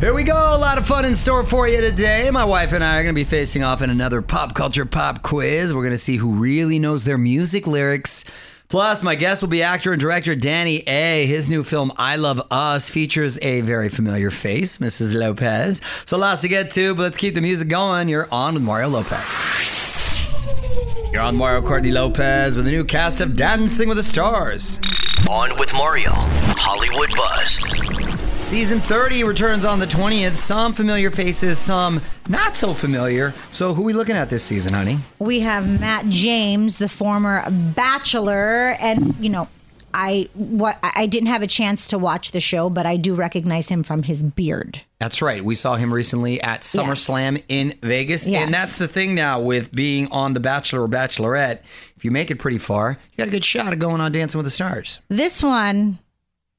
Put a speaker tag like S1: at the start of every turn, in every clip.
S1: Here we go. A lot of fun in store for you today. My wife and I are going to be facing off in another pop culture pop quiz. We're going to see who really knows their music lyrics. Plus, my guest will be actor and director Danny A. His new film, I Love Us, features a very familiar face, Mrs. Lopez. So, lots to get to, but let's keep the music going. You're on with Mario Lopez. You're on Mario Courtney Lopez with a new cast of Dancing with the Stars.
S2: On with Mario, Hollywood Buzz.
S1: Season 30 returns on the 20th. Some familiar faces, some not so familiar. So, who we looking at this season, honey?
S3: We have Matt James, the former Bachelor, and you know, I what I I didn't have a chance to watch the show, but I do recognize him from his beard.
S1: That's right. We saw him recently at SummerSlam in Vegas.
S3: Yes.
S1: And that's the thing now with being on The Bachelor or Bachelorette. If you make it pretty far, you got a good shot of going on Dancing with the Stars.
S3: This one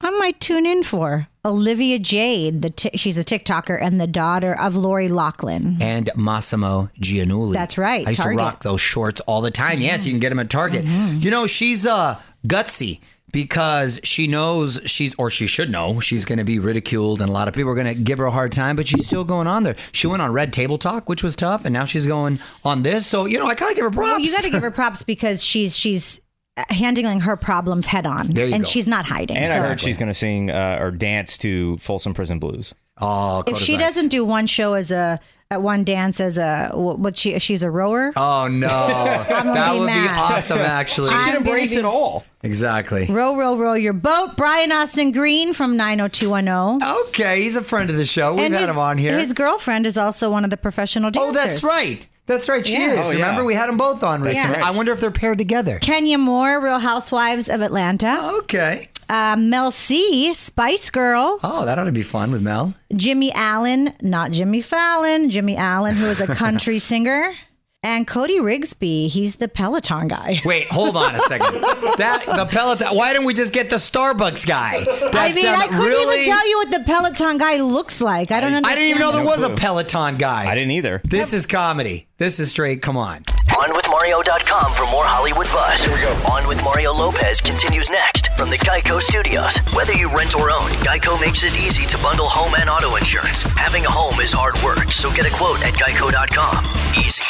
S3: I might tune in for Olivia Jade. The t- she's a TikToker and the daughter of Lori Lachlan.
S1: And Massimo Gianulli.
S3: That's right,
S1: I used
S3: Target. Mm-hmm.
S1: to rock those shorts all the time. Yes, you can get them at Target. You know, she's uh, gutsy because she knows she's, or she should know, she's going to be ridiculed and a lot of people are going to give her a hard time, but she's still going on there. She went on Red Table Talk, which was tough, and now she's going on this. So, you know, I kind of give her props.
S3: Well, you got to give her props because she's she's uh, handling her problems head on,
S1: There you
S3: and
S1: go.
S3: she's not hiding.
S4: And
S3: So
S4: I heard she's going to sing uh, or dance to Folsom Prison Blues.
S1: oh,
S3: if she doesn't do one show as a at one dance as a what what she she's a rower.
S1: Oh, no. that
S3: be
S1: would be
S3: mad.
S1: awesome, actually.
S3: I'm gonna be-
S4: all.
S1: exactly.
S3: Row, row, row your boat. Brian Austin Green from 90210.
S1: Okay, he's a friend of the show. We've
S3: and
S1: had
S3: his,
S1: him on here.
S3: His girlfriend is also one of the professional dancers.
S1: Oh, that's right. That's right. She
S3: Yeah.
S1: is.
S4: Oh, yeah.
S1: Remember, we had them both on recently.
S3: right.
S1: I wonder if they're paired together.
S3: Kenya Moore, Real Housewives of
S1: Oh.
S3: Atlanta.
S1: Okay.
S3: Uh, Mel C, Spice Girl.
S1: Oh, that ought to be fun with Mel.
S3: Jimmy Allen, not Jimmy Fallon. Jimmy Allen, who is a country singer. And Cody Rigsby, he's the Peloton guy.
S1: Wait, hold on a second. that the Peloton. Why didn't we just get the Starbucks guy? That's
S3: I mean,
S1: not-
S3: I couldn't
S1: really.
S3: even tell you what the Peloton guy looks like. I don't
S1: I
S3: understand.
S1: didn't even know there was a
S4: clue.
S1: Peloton guy.
S4: I didn't either.
S1: This is comedy. This is straight. Come on.
S2: On with Mario.com for more Hollywood Buzz. Here we go. On with Mario Lopez continues next from the Geico Studios. Whether you rent or own, Geico makes it easy to bundle home and auto insurance. Having a home is hard work, so get a quote at Geico.com. Easy.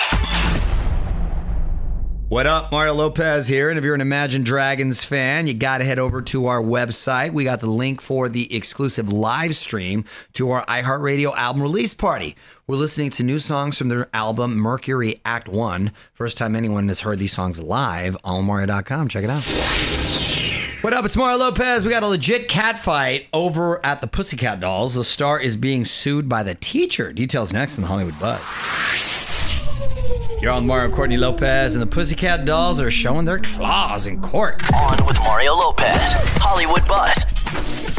S1: What up? Mario Lopez here. And if you're an Imagine Dragons fan, you got to head over to our website. We got the link for the exclusive live stream to our iHeartRadio album release party. We're listening to new songs from their album Mercury Act One. First time anyone has heard these songs live on Mario.com. Check it out. What up? It's Mario Lopez. We got a legit cat fight over at the Pussycat Dolls. The star is being sued by the teacher. Details next in the Hollywood Buzz. You're on Mario Courtney Lopez, and the Pussycat Dolls are showing their claws in court.
S2: On with Mario Lopez. Hollywood Buzz.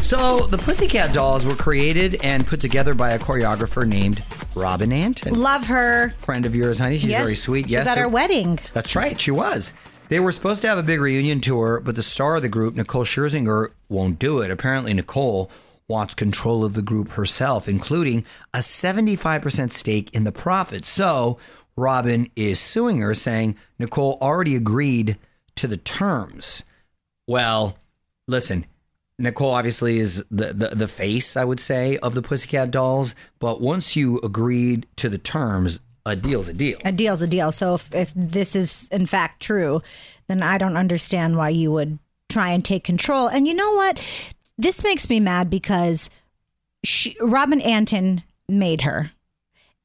S1: So, the Pussycat Dolls were created and put together by a choreographer named Robin Anton.
S3: Love her.
S1: Friend of yours, honey. She's very sweet.
S3: She was at
S1: they're-
S3: our wedding.
S1: That's right, she was. They were supposed to have a big reunion tour, but the star of the group, Nicole Scherzinger, won't do it. Apparently, Nicole wants control of the group herself, including a 75% stake in the profits. So Robin is suing her, saying Nicole already agreed to the terms. Well, listen, Nicole obviously is the, the, the face, I would say, of the Pussycat Dolls, but once you agreed to the terms, a deal's a deal.
S3: A deal's a deal. So if, if this is in fact true, then I don't understand why you would try and take control. And you know what? This makes me mad because she, Robin Anton made her.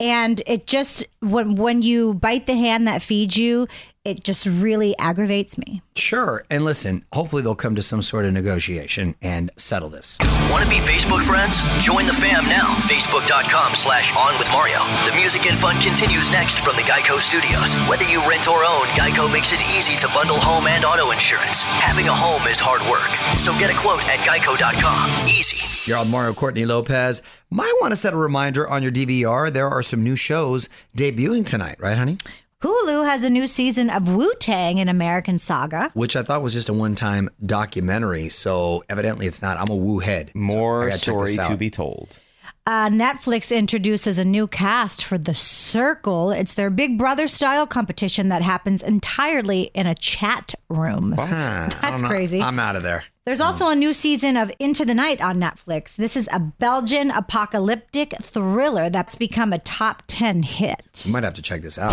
S3: And it just when when you bite the hand that feeds you, it just really aggravates me.
S1: Sure. And listen, hopefully they'll come to some sort of negotiation and settle this.
S2: Want to be Facebook friends? Join the fam now. Facebook.com slash on with Mario. The music and fun continues next from the Geico Studios. Whether you rent or own, Geico makes it easy to bundle home and auto insurance. Having a home is hard work. So get a quote at Geico.com. Easy.
S1: You're on Mario Courtney Lopez. Might want to set a reminder on your DVR. There are some new shows debuting tonight, right, honey?
S3: Hulu has a new season of Wu Tang an American Saga.
S1: Which I thought was just a one time documentary. So evidently it's not. I'm a woo head. So I
S4: More
S1: gotta check this
S4: story to
S1: out.
S4: be told.
S3: Uh, Netflix introduces a new cast for The Circle. It's their Big Brother style competition that happens entirely in a chat room.
S1: Huh, Ah, I
S3: That's
S1: don't know.
S3: crazy.
S1: I'm out of there.
S3: There's also a new season of Into the Night on Netflix. This is a Belgian apocalyptic thriller that's become a top 10 hit.
S1: Might have to check this out.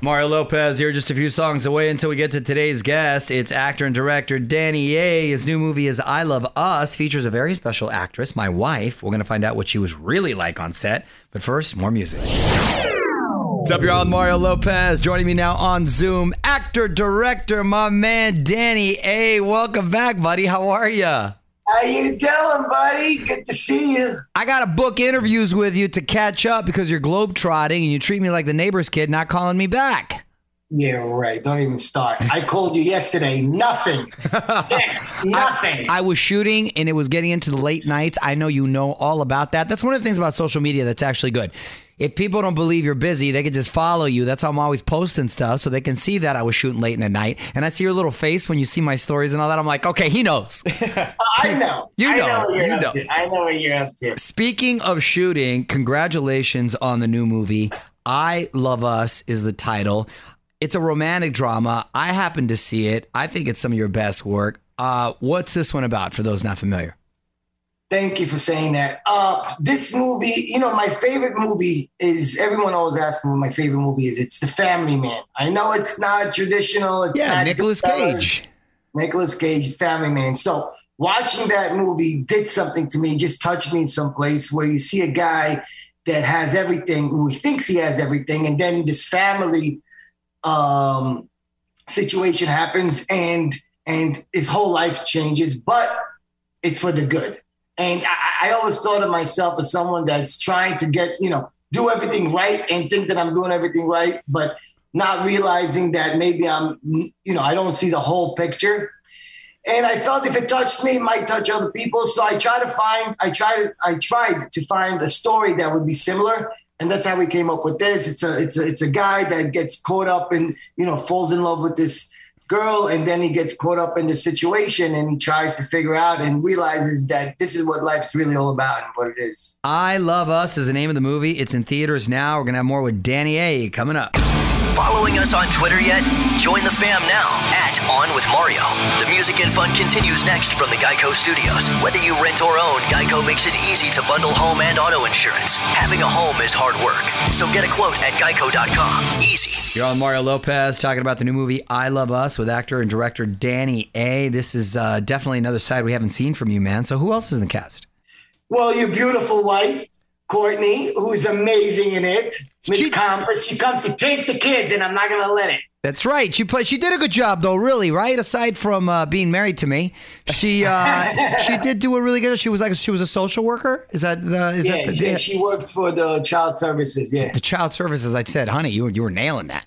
S1: Mario Lopez here, just a few songs away until we get to today's guest. It's actor and director Danny Ye. His new movie is I Love Us, features a very special actress, my wife. We're going to find out what she was really like on set. But first, more music. What's up, y'all? Mario Lopez joining me now on Zoom. Actor, director, my man Danny A. Welcome back, buddy. How are ya?
S5: How you doing, buddy? Good to see you.
S1: I gotta book interviews with you to catch up because you're globetrotting and you treat me like the neighbor's kid, not calling me back.
S5: Yeah, right. Don't even start. I called you yesterday. Nothing. Nick, nothing.
S1: I was shooting and it was getting into the late nights. I know you know all about that. That's one of the things about social media that's actually good. If people don't believe you're busy, they can just follow you. That's how I'm always posting stuff so they can see that I was shooting late in the night. And I see your little face when you see my stories and all that. I'm like, okay, he knows.
S5: I know.
S1: You
S5: I
S1: know,
S5: know what you're
S1: you
S5: up
S1: know.
S5: to. I know what you're up to.
S1: Speaking of shooting, congratulations on the new movie. I Love Us is the title. It's a romantic drama. I happened to see it. I think it's some of your best work. Uh, what's this one about for those not familiar?
S5: Thank you for saying that. Uh, this movie, you know, my favorite movie is everyone always asks me what my favorite movie is. It's The Family Man. I know it's not traditional. It's
S1: Yeah,
S5: not
S1: Nicolas
S5: Goodfellas.
S1: Cage.
S5: Nicolas Cage's Family Man. So watching that movie did something to me, just touched me in some place where you see a guy that has everything, who he thinks he has everything, and then this family um, situation happens, and and his whole life changes, but it's for the good. And I, I always thought of myself as someone that's trying to get, you know, do everything right and think that I'm doing everything right, but not realizing that maybe I'm, you know, I don't see the whole picture. And I felt if it touched me, it might touch other people. So I try to find, I tried, I tried to find a story that would be similar. And that's how we came up with this. It's a, it's a, it's a guy that gets caught up and, you know, falls in love with this girl. And then he gets caught up in the situation and he tries to figure out and realizes that this is what life's really all about and what it is.
S1: I Love Us is the name of the movie. It's in theaters now. We're going to have more with Danny A coming up.
S2: Following us on Twitter yet? Join the fam now at On With Mario. The music and fun continues next from the Geico Studios. Whether you rent or own, Geico makes it easy to bundle home and auto insurance. Having a home is hard work, so get a quote at geico.com. Easy.
S1: You're on Mario Lopez talking about the new movie I Love Us with actor and director Danny A. This is uh, definitely another side we haven't seen from you, man. So who else is in the cast?
S5: Well, your beautiful wife, Courtney, who is amazing in it. Miss Compass, she comes to take the kids, and I'm not gonna let it.
S1: That's right. She played. She did a good job, though. Really, right? Aside from uh, being married to me, she uh, she did do a really good. She was like she was a social worker. Is that the is
S5: Yeah,
S1: that the,
S5: yeah, she worked for the child services. Yeah,
S1: the child services? I said, honey, you were- you were nailing that.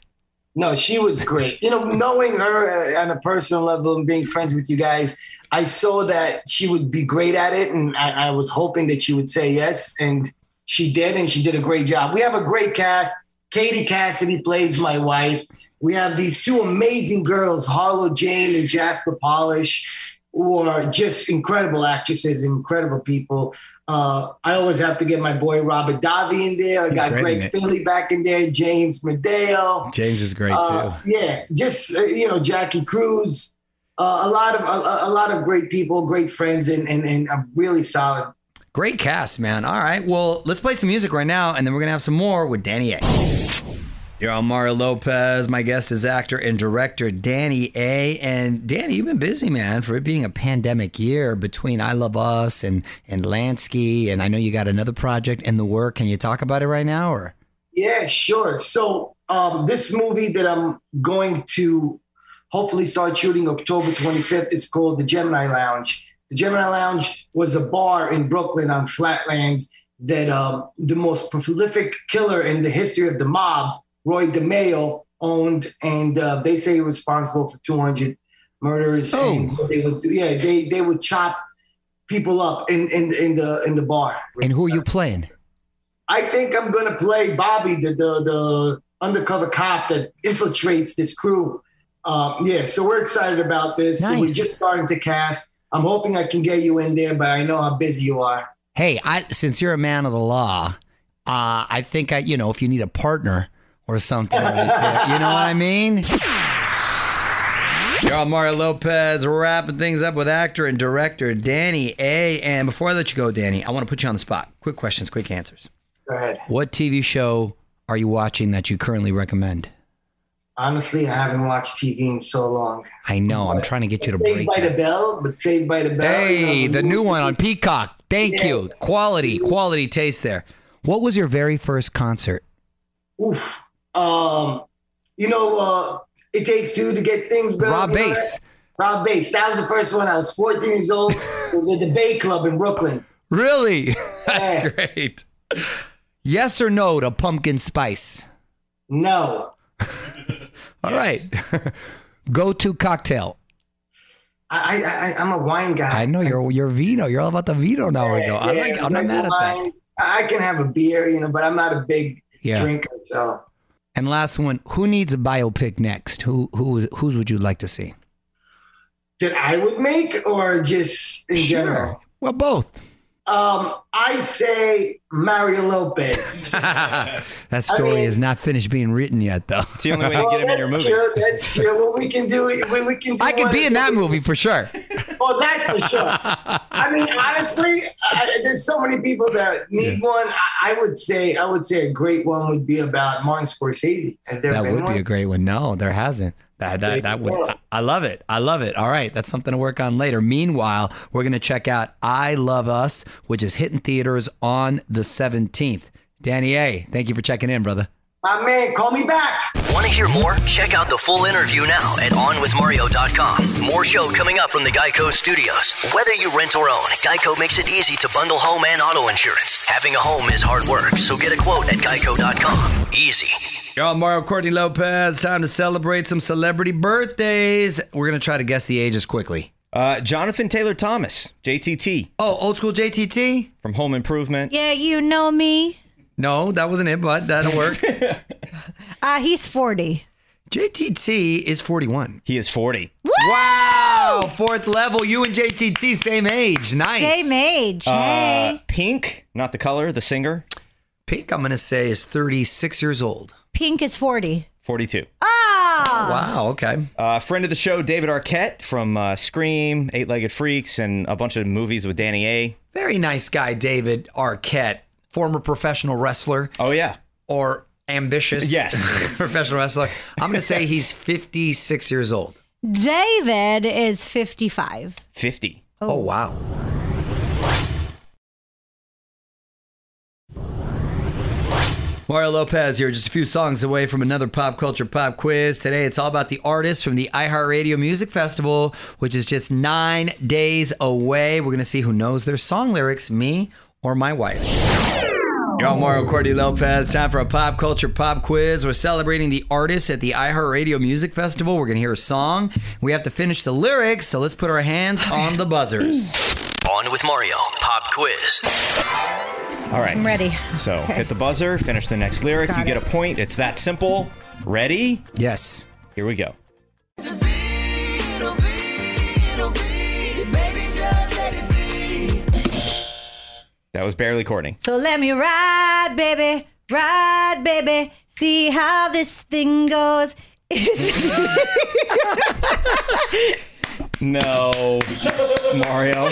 S5: no, she was great. You know, knowing her uh, on a personal level and being friends with you guys, I saw that she would be great at it, and I, I was hoping that she would say yes, and she did, and she did a great job. We have a great cast. Katie Cassidy plays my wife. We have these two amazing girls, Harlow Jane and Jasper Polish, who are just incredible actresses, incredible people. Uh, I always have to get my boy Robert Davi in there. I got
S1: great in
S5: Greg
S1: it.
S5: Finley back in there, James Medeo.
S1: James is great
S5: Uh, yeah, just uh, you know, Jackie Cruz, uh, a lot of a, a lot of great people, great friends, and and, and a really solid.
S1: Great cast, man. All right. Well, let's play some music right now, and then we're going to have some more with Danny A. You're on Mario Lopez. My guest is actor and director Danny A. And Danny, you've been busy, man, for it being a pandemic year between I Love Us and, and Lansky. And I know you got another project in the work. Can you talk about it right now? Or
S5: Yeah, sure. So um, this movie that I'm going to hopefully start shooting October 25th is called The Gemini Lounge. The Gemini Lounge was a bar in Brooklyn on Flatlands that um, the most prolific killer in the history of the mob, Roy DeMeo, owned, and uh, they say he was responsible for 200 murders. and they would, yeah, they they would chop people up in in, in the in the bar.
S1: And who are you playing?
S5: I think I'm gonna play Bobby, the the, the undercover cop that infiltrates this crew. Um, yeah, so we're excited about this. We're
S1: Nice.
S5: just starting to cast. I'm hoping I can get you in there, but I know how busy you are.
S1: hey, I since you're a man of the law, uh, I think I, you know, if you need a partner or something, right there, you know what I mean? You're on Mario Lopez, wrapping things up with actor and director Danny A. And before I let you go, Danny, I want to put you on the spot. Quick questions, quick answers.
S5: Go ahead.
S1: What TV show are you watching that you currently recommend?
S5: Honestly, I haven't watched TV in so long.
S1: I know I'm trying to get you to break.
S5: Saved by
S1: that.
S5: the Bell, but Saved by the Bell.
S1: Hey,
S5: you know,
S1: the new
S5: movie.
S1: one on Peacock. Thank you. Quality, quality taste there. What was your very first concert?
S5: Oof. Um, you know, uh, it takes two to get things built.
S1: Rob
S5: you know
S1: Bass.
S5: that? Rob Bass. That was the first one. I was 14 years old. it was at the Bay Club in Brooklyn.
S1: Really? That's
S5: Yeah.
S1: great. Yes or no to pumpkin spice?
S5: No,
S1: All right. Go to cocktail.
S5: I, I, I I'm a wine guy.
S1: I know you're you're vino. You're all about the vino now. we go. I'm,
S5: Yeah,
S1: like, I'm not
S5: like
S1: mad at
S5: wine.
S1: that.
S5: I can have a beer, you know, but I'm not a big
S1: Yeah.
S5: drinker. So
S1: And last one. Who needs a biopic next? Who who whose would you like to see?
S5: that I would make, or just in general.
S1: Well, both.
S5: Um, I say Mario Lopez.
S1: that story
S5: mean-
S1: is not finished being written yet, though.
S4: It's the only way to get him in your
S5: Oh, that's
S4: movie.
S5: True, that's true. What we can do, we, we can. Do
S1: I could
S5: one
S1: be
S5: of
S1: in that
S5: these.
S1: movie for sure.
S5: Oh, that's for sure. I mean, honestly, I, there's so many people that need one. I, I would say, I would say a great one would be about Martin Scorsese. Has there
S1: That
S5: been
S1: would
S5: one?
S1: be a great one. No, there hasn't. That that, that would. I- I love it. I love it. All right, that's something to work on later. Meanwhile, we're gonna check out "I Love Us," which is hitting theaters on the 17th. Danny A, thank you for checking in, brother.
S5: My man, call me back.
S2: Want to hear more? Check out the full interview now at onwithmario.com. More show coming up from the Geico Studios. Whether you rent or own, Geico makes it easy to bundle home and auto insurance. Having a home is hard work, so get a quote at geico.com. Easy.
S1: Y'all, Mario Courtney Lopez. Time to celebrate some celebrity birthdays. We're gonna try to guess the ages quickly.
S4: Uh, Jonathan Taylor Thomas, JTT
S1: Oh, old school JTT.
S4: from Home Improvement.
S3: Yeah, you know me.
S1: No, that wasn't it, but that'll work.
S3: Uh, he's 40.
S1: JTT is 41.
S4: He is 40.
S1: Wow, fourth level. You and JTT same age. Nice.
S3: Same age.
S4: Uh,
S3: hey.
S4: Pink, not the color, the singer,
S1: Pink, I'm gonna say is 36 years old.
S3: Pink is 40.
S4: 42.
S3: Oh.
S1: Wow. Okay.
S4: Uh, friend of the show, David Arquette from uh, Scream, Eight Legged Freaks, and a bunch of movies with Danny A.
S1: Very nice guy, David Arquette, former professional wrestler
S4: Oh, yeah.
S1: or ambitious.
S4: Yes.
S1: professional wrestler. I'm gonna say he's 56 years old.
S3: David is 55.
S4: 50.
S1: Oh, wow. Mario Lopez here, just a few songs away from another pop culture pop quiz. Today it's all about the artists from the iHeartRadio Music Festival, which is just nine days away. We're going to see who knows their song lyrics, me or my wife. Yo, I'm Mario Cordy Lopez. Time for a pop culture pop quiz. We're celebrating the artists at the iHeartRadio Music Festival. We're going to hear a song. We have to finish the lyrics, so let's put our hands on the buzzers.
S2: On with Mario. Pop quiz.
S4: All right.
S3: I'm ready.
S4: So hit the buzzer, finish the next lyric. you get a point. It's that simple. Ready?
S1: Yes.
S4: Here we go. That was barely Courtney.
S3: So let me ride, baby. Ride, baby. See how this thing goes.
S4: No, Mario.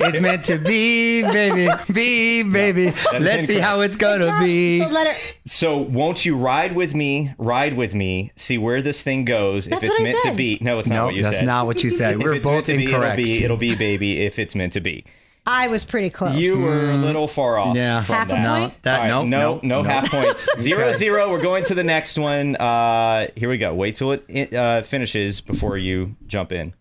S1: It's meant to be, baby. Be, baby. Let's see
S4: incorrect.
S1: how it's going to be.
S3: So let her.
S4: So won't you ride with me? Ride with me. See where this thing goes.
S3: That's
S4: if it's
S3: what I
S4: meant to
S3: said.
S4: be, no, it's not
S1: No,
S4: what you
S1: that's
S4: said.
S1: not what you said.
S4: If
S1: We're
S4: it's
S1: both
S4: meant to be,
S1: incorrect.
S4: It'll be, it'll be, baby. If it's meant to be,
S3: I was pretty close.
S4: you were a little far off.
S1: Mm. Yeah.
S4: from
S3: Half a
S4: that.
S3: point?
S1: No, that,
S4: All right,
S1: no,
S4: no,
S1: no.
S4: no, half points. Zero, zero. We're going to the next one. Uh, here we go. Wait till it uh, finishes before you jump in.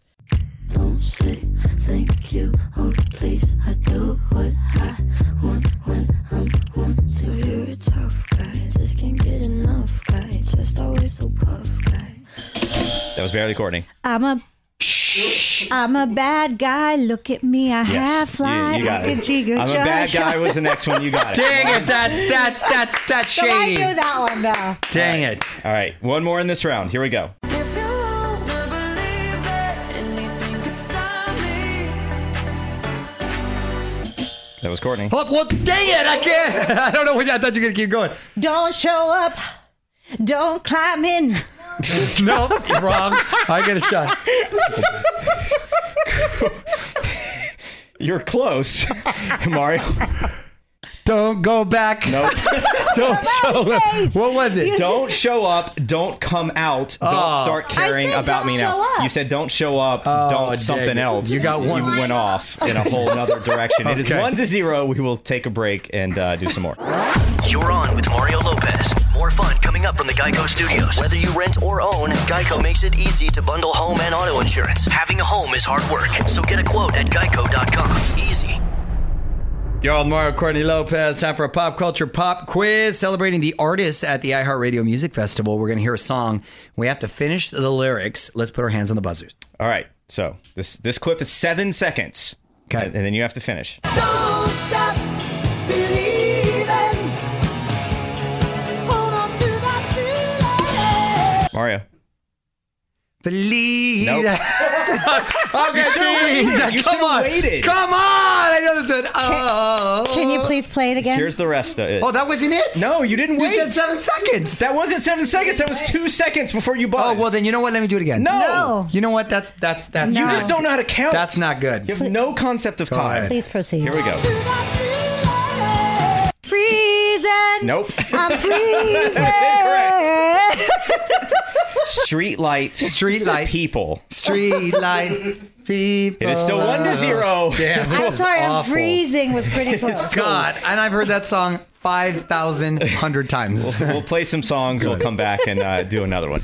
S6: Don't say thank you. Oh, please, I do what I want when I'm wanted. You're a tough guy, just can't get enough guy. Just always so puff guy.
S4: That was barely Courtney.
S3: I'm a. I'm a bad guy. Look at me. I have fly.
S4: you, you got
S3: I can
S4: it.
S3: jiggle.
S4: I'm a bad
S3: jive.
S4: guy. Was the next one you got? it.
S1: Dang it. That's, that's, that's, that's
S3: So I
S1: shady.
S3: knew that one though.
S1: Dang it.
S4: All right, one more in this round. Here we go.
S7: If you wanna believe that anything could stop me,
S4: That was Courtney.
S1: Oh, well, dang it! I can't. I don't know. What, I thought you were gonna keep going.
S3: Don't show up. Don't climb in.
S1: Nope, wrong. I get a shot.
S4: You're close, Mario.
S1: Don't go back.
S4: Nope.
S1: Don't show up.
S3: face.
S1: What was it?
S4: don't show up. Don't come out. Don't
S1: Oh.
S4: start caring
S3: said
S4: about
S3: don't
S4: me now.
S3: show up.
S4: You said don't show up.
S1: dang
S4: don't something
S1: it.
S4: else.
S1: You got one.
S4: You went off in a whole other direction. It is
S1: Okay.
S4: one to zero. We will take a break and uh, do some more.
S2: You're on with Mario Lopez. More fun coming up from the Geico Studios. Whether you rent or own, Geico makes it easy to bundle home and auto insurance. Having a home is hard work, so get a quote at geico.com. Easy.
S1: You're on Mario Courtney Lopez. Time for a pop culture pop quiz celebrating the artists at the iHeartRadio Music Festival. We're going to hear a song. We have to finish the lyrics. Let's put our hands on the buzzers.
S4: All right. So this this clip is seven seconds.
S1: Okay.
S4: And, and then you have to finish.
S7: Don't stop believing. Hold on to that feeling.
S4: Mario.
S1: Believe.
S4: Nope.
S1: Okay,
S4: waited. You
S1: come
S4: should've
S1: on.
S4: waited.
S1: Come on. I know this one. Oh.
S3: Can you please play it again?
S4: Here's the rest of it.
S1: Oh, that wasn't it?
S4: no, you didn't
S1: You
S4: wait.
S1: said seven seconds.
S4: that wasn't seven seconds. That was two seconds before you
S1: oh,
S4: buzzed.
S1: well, then you know what? Let me do it again.
S4: No.
S3: No.
S1: You know what? That's, that's, that's.
S4: You
S3: No.
S4: just don't know how to count.
S1: That's not good.
S4: You have no concept of time.
S1: ahead.
S3: please proceed.
S4: Here we go.
S7: To that feeling.
S3: Freezing.
S4: Nope.
S3: I'm freezing.
S4: That's Street light.
S1: Street light.
S4: People.
S1: Street light people.
S4: It is still one to zero.
S1: Damn, this
S3: I'm
S1: is
S3: sorry, I'm
S1: awful.
S3: freezing was pretty close.
S1: Oh, God, and I've heard that song 5,100 times.
S4: We'll play some songs. We'll come back and uh, do another one.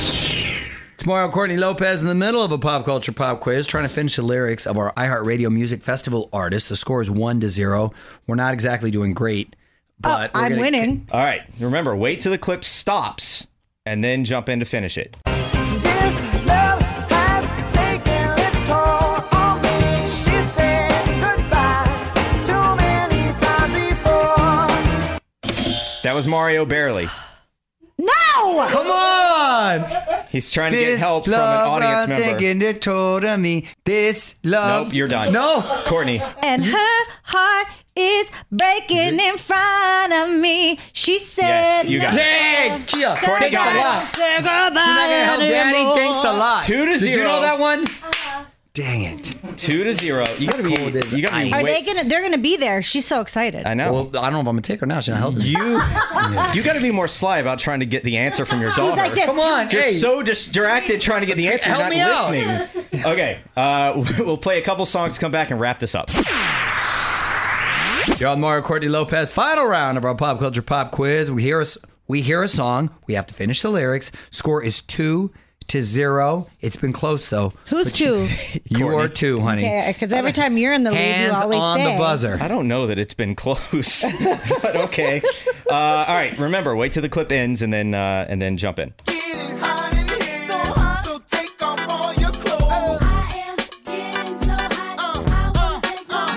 S1: It's Mario Courtney Lopez in the middle of a pop culture pop quiz, trying to finish the lyrics of our iHeartRadio Music Festival artist. The score is 1 to 0. We're not exactly doing great, but we're
S3: Oh, I'm
S1: gonna-
S3: winning.
S4: All right. Remember, wait till the clip stops and then jump in to finish it.
S7: This love has taken its toll on me. She said goodbye too many times before.
S4: That was Mario Barely.
S3: No!
S1: Come on!
S4: He's trying to get
S1: This
S4: help from an
S1: love
S4: audience
S1: I'm
S4: member.
S1: taking it told on me. This love. Oh,
S4: Nope, you're done.
S1: No!
S4: Courtney.
S3: And her heart is breaking in front of me. She said,
S4: Yes, you got it.
S1: Dang! Gia, thanks
S4: got
S1: a
S4: it.
S1: lot.
S3: Say goodbye.
S1: You're not gonna help Daddy. Thanks a lot.
S4: Two to
S1: Did you
S4: zero.
S1: know that one? Dang it.
S4: Two to zero. You gotta be.
S1: cold as
S4: You gotta be.
S1: ice.
S3: Are they
S4: Wait.
S3: gonna? They're gonna be there. She's so excited.
S4: I know.
S1: Well, I don't know if I'm gonna take her now. She's not helping. me.
S4: you. You gotta be more sly about trying to get the answer from your daughter.
S3: like this.
S1: Come on,
S4: You're
S1: hey.
S4: so distracted trying to get the answer.
S1: Help
S4: You're not
S1: me
S4: listening. okay, uh, we'll play a couple songs, come back, and wrap this up.
S1: You're on Mario Courtney Lopez. Final round of our pop culture pop quiz. We hear us. We hear a song. We have to finish the lyrics. Score is two to zero. It's been close though.
S3: Who's two?
S1: You are two, honey.
S3: Because every time you're in the lead, you
S1: Hands
S3: always
S1: on
S3: say.
S1: the buzzer.
S4: I don't know that it's been close, but okay. Uh, all right, remember, wait till the clip ends and then uh, and then jump in.
S7: Getting hot in here, so hot. Oh, So take off all your clothes. Uh,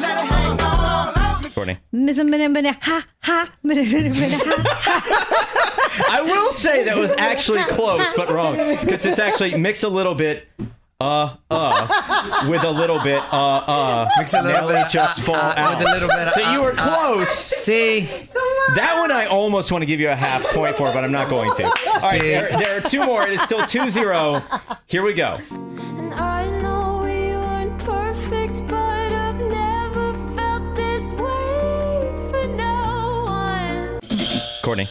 S7: Let it hang oh. all out.
S4: Courtney,
S3: Miss a minute, minute, ha ha, minute, minute, minute, ha.
S4: I will say that was actually close, but wrong because it's actually mix a little bit. Uh, uh, with a little bit, uh, uh,
S1: Mix a little
S4: Now they
S1: bit,
S4: just
S1: uh,
S4: fall
S1: uh,
S4: out.
S1: with a little bit,
S4: so you
S1: uh,
S4: were
S1: uh.
S4: close.
S1: See,
S4: That one I almost want to give you a half point for, but I'm not going to. All right,
S1: See?
S4: there, there are two more. It is still 2 0. Here we go.
S6: And I know we weren't perfect, but I've never felt this way for no one.
S4: Courtney.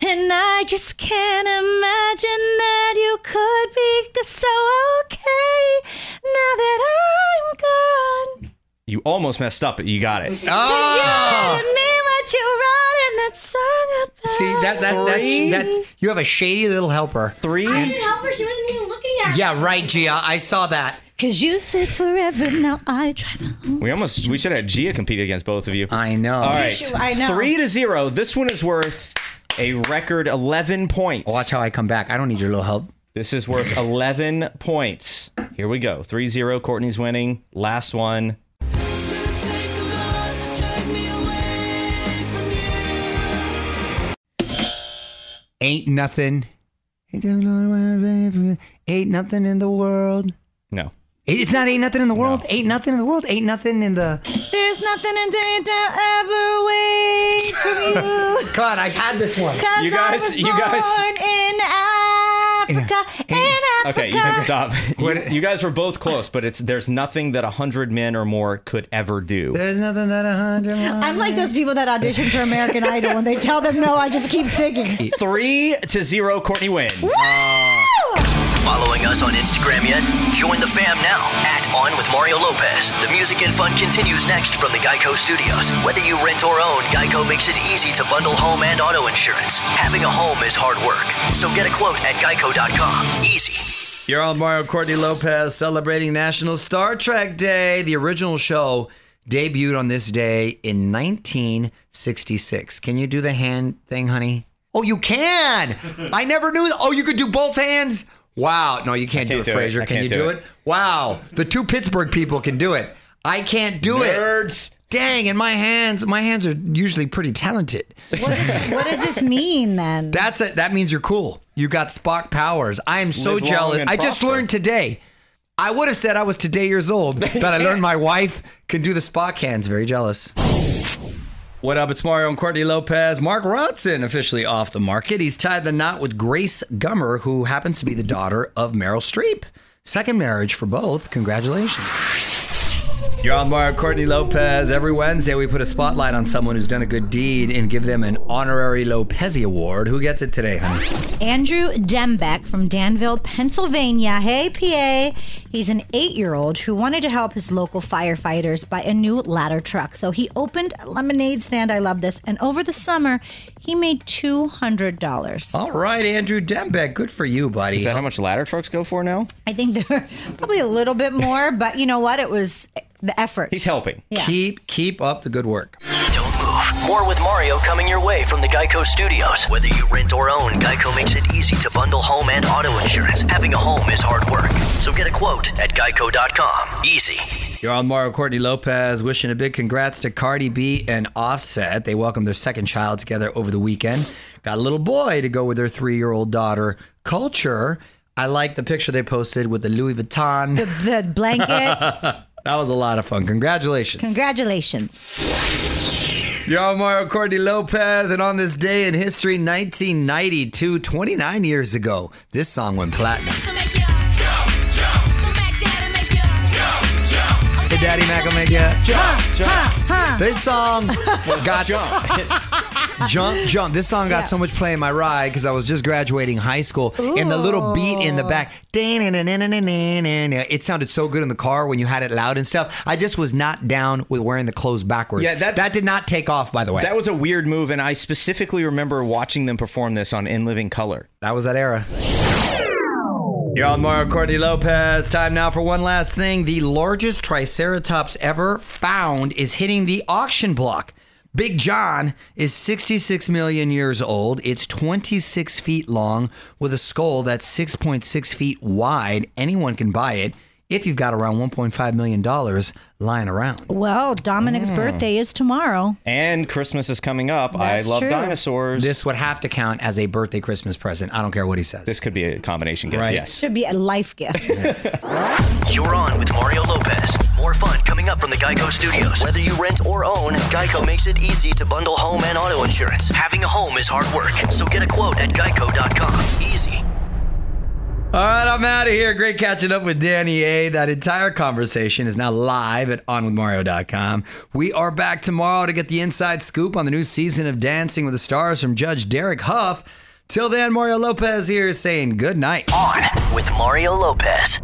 S3: And I just can't imagine that you could be so okay now that I'm gone.
S4: You almost messed up, but you got it.
S1: oh,
S3: Tell me what you wrote in that song about.
S1: see that that
S4: Three.
S1: that, that you have a shady little helper.
S4: Three.
S8: help her. She wasn't even looking at me.
S1: Yeah, right, Gia. I saw that.
S3: Cause you say forever, now I try the.
S4: We almost we should have Gia compete against both of you.
S1: I know.
S4: All right.
S3: should- I know.
S4: Three to zero. This one is worth a record 11 points.
S1: Watch how I come back. I don't need your little help.
S4: This is worth 11 points. Here we go. 3 0. Courtney's winning. Last one.
S1: Ain't nothing. Ain't nothing in the world.
S4: No.
S1: It's not ain't nothing in the world. Ain't nothing in the world. Ain't nothing in the.
S3: There's There's nothing in day that ever waits from you.
S1: God, I had this one.
S3: Cause
S4: You
S3: I
S4: guys-
S3: was
S4: you guys-
S3: born in Africa. In, Africa.
S4: Okay, you can stop. You, you guys were both close, but it's there's nothing that a hundred men or more could ever do.
S1: There's nothing that a hundred. miles-
S3: I'm like those people that audition for American Idol. When they tell them no, I just keep thinking.
S4: Three to zero, Courtney wins.
S2: Following us on Instagram yet? Join the fam now at On with Mario Lopez. The music and fun continues next from the Geico Studios. Whether you rent or own, Geico makes it easy to bundle home and auto insurance. Having a home is hard work, so get a quote at geico.com. Easy.
S1: You're on Mario Courtney Lopez celebrating National Star Trek Day. The original show debuted on this day in 1966. Can you do the hand thing, honey? Oh, you can. I never knew. Oh, you could do both hands. Wow. No, you can't,
S4: can't
S1: do it,
S4: do it.
S1: Fraser.
S4: I
S1: Can
S4: can't
S1: you
S4: do
S1: do it?
S4: it.
S1: Wow. The two Pittsburgh people can do it. I can't do it.
S4: Nerds.
S1: Dang, and my hands, my hands are usually pretty talented.
S3: What does this mean then?
S1: That's it. That means you're cool. You got Spock powers. I am so
S4: Live long
S1: jealous.
S4: and
S1: I just
S4: prosper.
S1: learned today. I would have said I was today years old, but I learned my wife can do the Spock hands. Very jealous. What up? It's Mario and Courtney Lopez. Mark Ronson officially off the market. He's tied the knot with Grace Gummer, who happens to be the daughter of Meryl Streep. Second marriage for both. Congratulations. You're on Mario Courtney Lopez. Every Wednesday, we put a spotlight on someone who's done a good deed and give them an honorary Lopez Award. Who gets it today, honey?
S3: Andrew Dembeck from Danville, Pennsylvania. Hey, PA. He's an eight year old who wanted to help his local firefighters buy a new ladder truck. So he opened a lemonade stand. I love this. And over the summer, he made $200.
S1: All right, Andrew Dembeck. Good for you, buddy.
S4: Is that how much ladder trucks go for now?
S3: I think there were probably a little bit more, but you know what? It was the effort.
S4: He's helping.
S3: Yeah.
S1: Keep keep up the good work.
S2: Don't move. More with Mario coming your way from the Geico Studios. Whether you rent or own, Geico makes it easy to bundle home and auto insurance. Having a home is hard work, so get a quote at geico.com. Easy.
S1: You're on Mario Courtney Lopez, wishing a big congrats to Cardi B and Offset. They welcomed their second child together over the weekend. Got a little boy to go with their three year old daughter, Culture. I like the picture they posted with the Louis Vuitton.
S3: the blanket.
S1: That was a lot of fun. Congratulations.
S3: Congratulations.
S1: You're on Mario Courtney Lopez, and on this day in history, 1992, 29 years ago, this song went platinum. Hey, Daddy Mac will make ya jump, jump. This song got jump. jump, jump. This song got so much play in my ride because I was just graduating high school, and the little beat in the back, it sounded so good in the car when you had it loud and stuff. I just was not down with wearing the clothes backwards.
S4: Yeah, that-
S1: that did not take off, by the way.
S4: That was a weird move, and I specifically remember watching them perform this on In Living Color.
S1: That was that era. You're on Mario Courtney Lopez. Time now for one last thing. The largest Triceratops ever found is hitting the auction block. Big John is 66 million years old. It's 26 feet long with a skull that's 6.6 feet wide. Anyone can buy it if you've got around $1.5 million lying around.
S3: Well, Dominic's birthday is tomorrow.
S4: And Christmas is coming up.
S3: That's
S4: I love
S3: true.
S4: dinosaurs.
S1: This would have to count as a birthday Christmas present. I don't care what he says.
S4: This could be a combination gift.
S1: Right.
S4: Yes.
S3: Should be a life gift.
S2: You're on with Mario Lopez. More fun coming up from the Geico Studios. Whether you rent or own, Geico makes it easy to bundle home and auto insurance. Having a home is hard work, so get a quote at geico.com. Easy.
S1: All right, I'm out of here. Great catching up with Danny A. That entire conversation is now live at onwithmario.com. We are back tomorrow to get the inside scoop on the new season of Dancing with the Stars from Judge Derek Huff. Till then, Mario Lopez here saying good night.
S2: On with Mario Lopez.